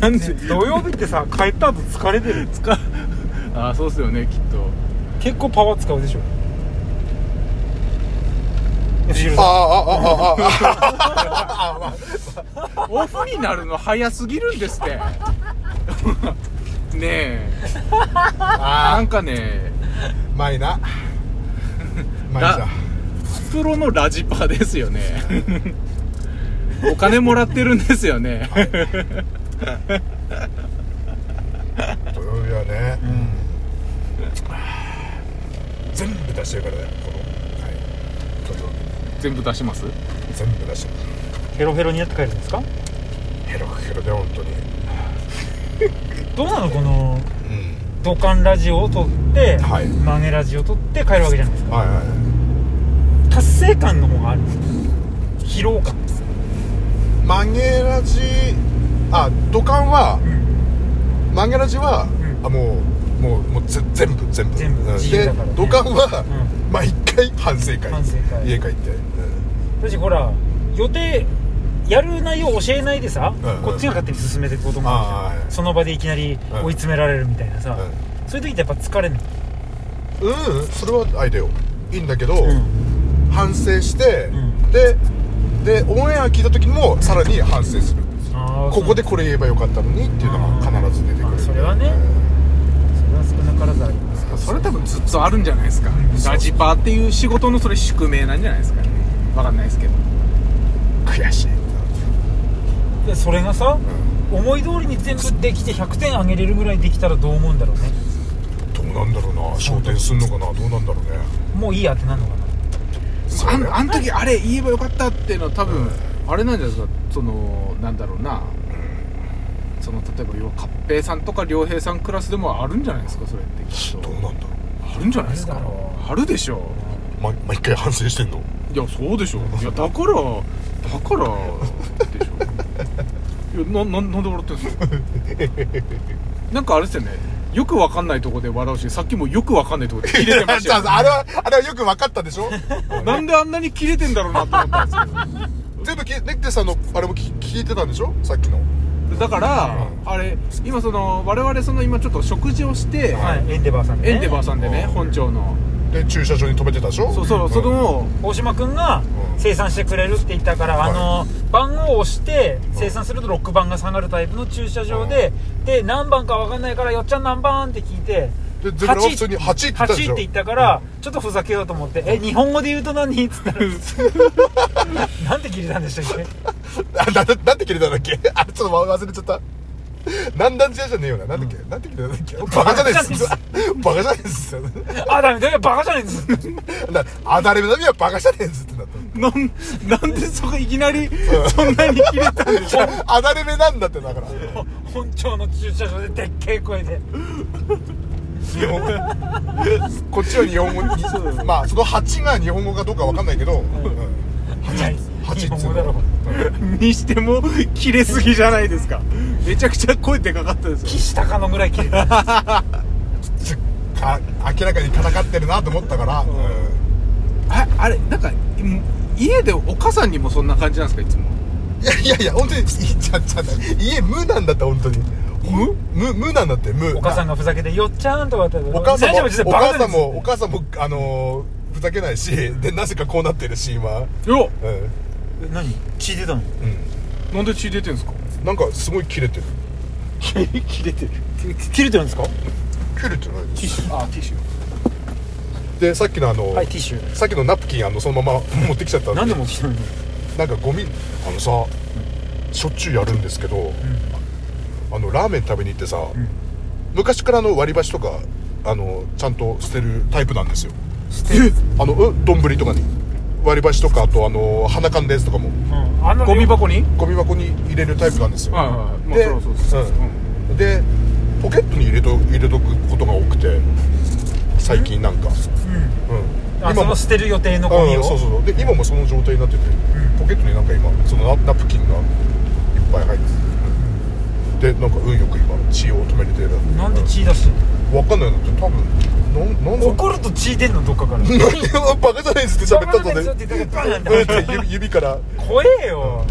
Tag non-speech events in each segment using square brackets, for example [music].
なんねで土曜日ってさ帰った後疲れてる使うああそうっすよねきっと結構パワー使うでしょ藤ああああああああ井さオフになるの早すぎるんですって [laughs] ねえあなんかねうまいなうまいさプロのラジパですよねお金もらってるんですよね土曜日はね、全部出してるからだよこの、はい、土曜日全部出しますに全部出してるんヘロヘロにやって帰るんですかヘロヘロで本当にどうなのこのうん土管ラジオを撮って、はいマネラジオを撮って帰るわけじゃないですかはいは達成感の方がある疲労感いマゲラジあ土管はうんマゲラジは、うんあもうもうもうぜ全部全部全部うん自由でだからね土管は、う毎回反省会反省会家帰って、うん私ほら予定やる内容教えないでさ、うんうんこっちが勝手に進めていくこともあるじゃんあーはいその場でいきなり追い詰められるみたいなさ、そういう時ってやっぱ疲れんの、うん、うん、それはアイデアよいいんだけど、うん反省して、うんででオンエア聞いた時にもさらに反省するあーここでこれ言えばよかったのにっていうのが必ず出てくあーるそれはねそれは少なからずありますそれ多分ずっとあるんじゃないですかそうラジパっていう仕事のそれ宿命なんじゃないですかねわかんないですけど悔しい、でそれがさう思い通りに全部できて100点あげれるぐらいできたらどう思うんだろうねん、どうなんだろうな焦点すんのかなどうなんだろうねもういいやってなるのかなそあれんあん時あれ言えばよかったっていうのは多分、あれなんじゃないですかそのなんだろうな、その例えば要は勝平さんとか良平さんクラスでもあるんじゃないですかそれってきっとどうなんだろあるんじゃないですかあるだろあるでしょう、ま、毎回反省してんのいやそうでしょいやだからだからでしょいやなななんで笑ってん [laughs] すかなんかあれですよねよくわかんないとこで笑うしさっきもよくわかんないとこで切れてました [laughs] よ、 [laughs] あれはあれはよく分かったでしょ [laughs] なんであんなに切れてんだろうなと思ったんですけど全部聞いネクテさんのあれも聞聞いてたんでしょさっきのだから、あれ今その我々その今ちょっと食事をして、はいエンデバーさんで、ね、エンデバーさんでねうん本庁ので駐車場に止めてたでしょそうそう、そんの大島君がうん生産してくれるって言ったから、はいあの番号を押して生産するとロック番が下がるタイプの駐車場で、で何番か分かんないからよっちゃん何番って聞いてでゼブラは普通に8って言ったでし8ょって言ったから、ちょっとふざけようと思って「え日本語で言うと何?」っつったら [laughs] なんて切れたんでしたっけあな [laughs] ななんて切れたんだっけあれちょっと忘れちゃった南南じゃじゃねえよななんだっけ、なんて切れたんだっけバカじゃないですバカじゃないですあダメだよバカじゃないんですなあだれのみはバカじゃねえですってなったなんなんでそこいきなりそんなに切れたんでしょうあだれ目なんだってだから本庁の駐車場ででっけえ声で日本こっちは日本語にまあその8が日本語かどうかわかんないけど、うん「8八日本語だろにしても切れすぎじゃないですかめちゃくちゃ声でかかったですよ岸高野ぐらい切れたちょか明らかに戦ってるなと思ったから、うんああれなんかうん家でお母さんにもそんな感じなんですかいつもいやいやいや本当にいいちゃんちゃん家無なんだった本当に無無無なんだって無お母さんがふざけて「よっちゃん」とかってお母さん大丈夫もですおバカじ母ゃなさいんですもお母さんもあのーふざけないし [laughs] でなぜかこうなってるし今ようんうえ何血出たのんなんで血出てんですかなんかすごい切れてる切れてる切れてるんですか切れてないでティッシすュあティッシュでさっきのあの、はいティッシュさっきのナプキンあのそのまま [laughs] 持ってきちゃった何で持ってきたのなんかゴミあのさしょっちゅうやるんですけど、あのラーメン食べに行ってさ、昔からあの割り箸とかあのちゃんと捨てるタイプなんですよえあのうん丼とかに割り箸とかあとあの花缶ですとかもうんあのゴミ箱にゴミ箱に入れるタイプなんですよ、はいはいまあでそりゃそうですうんうんでポケットに入れと入れとくことが多くて最近なんか、うんうん、あそのも捨てる予定のゴミをうんそうそうそうで今もその状態になってて、ポケットになんか今そのナナプキンがいっぱい入っててでなんか運よく今血を止めれてるなんで血出してんわかんないなって多分なんなんのだ怒ると血出んのどっかから何をバカじゃないですって喋ったバカじゃないですとって言ったけねどバカなんだうんって指指から怖えよ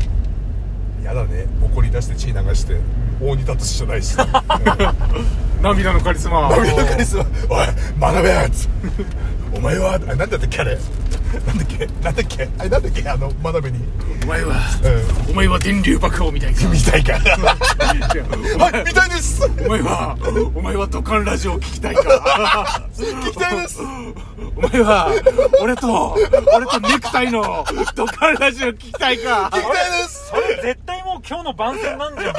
いややだね怒り出して血流して大仁田達じゃないし涙のカリスマ涙のカリスマ「おい学べやつお前はあなんだったっけあれなんだっけなんだっけあれなんだっけあの学べに、お前はうお前は電流爆破みたいなん、見たいか違うはい見たいですお前はお前は土管ラジオを聞きたいか [laughs] 聞きたいですお前は俺と俺とネクタイの土管ラジオを聞きたいか聞きたいですそれ絶対もう今日の番宣なんじゃん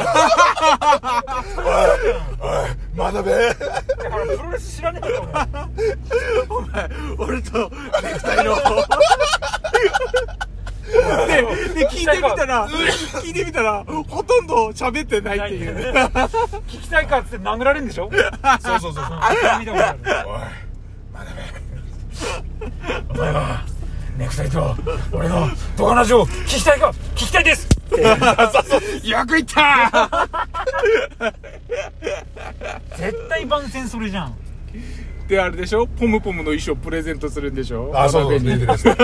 おい学べだからプロレス知らねえと思うお前俺とネクタイのでで聞いてみたら聞いてみたらほとんど喋ってないっていう [laughs] 聞きたいかっつって殴られるんでしょそうそうそうそう見たことあるおい学べお前はネクタイと俺のドカナジを聞きたいか聞きたいですよく言った絶対番宣それじゃんであれでしょポムポムの衣装プレゼントするんでしょあそうそ渡辺う見てにるやつね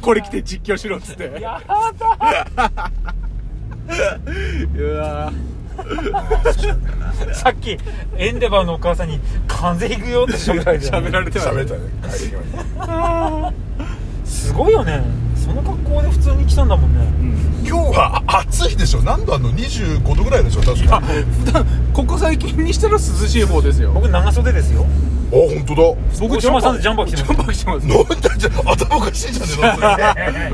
これ着て実況しろっつっていやだ [laughs] うわさっきエンデバーのお母さんに「風邪ひくよ」って喋られて喋られては喋ったね帰り際にすごいよねその格好で普通に来たんだもんね今日はあ暑いでしょ何度あんの25度ぐらいでしょ確か普段ここ最近にしたら涼しい方ですよ僕長袖ですよあ本当だ僕大島さんとジャンパー着てますジャンパー着てますなんだじゃあ頭おかしいじゃねえの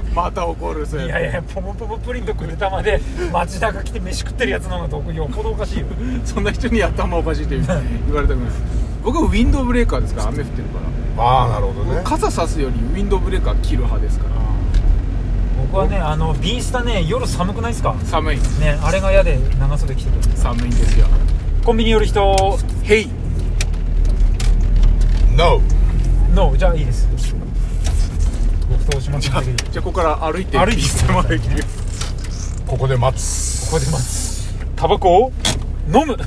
そ [laughs] れまた怒るそ [laughs] いれやいやポムポムプリンとくれたまで町田が来て飯食ってるやつの方が僕よっぽどおかしいよそんな人に頭おかしいって言う言われたくない [laughs] 僕はウィンドブレーカーですから雨降ってるからああなるほどね傘さすよりウィンドブレーカー切る派ですから僕はねあのビースタね夜寒くないですか寒いねあれが嫌で長袖着てる寒いんですよコンビニ寄る人ヘイ No のじゃあいいです僕と大島さんだけでいいじゃあここから歩いて歩いてビースタまで行きますここで待つここで待つタバコを飲む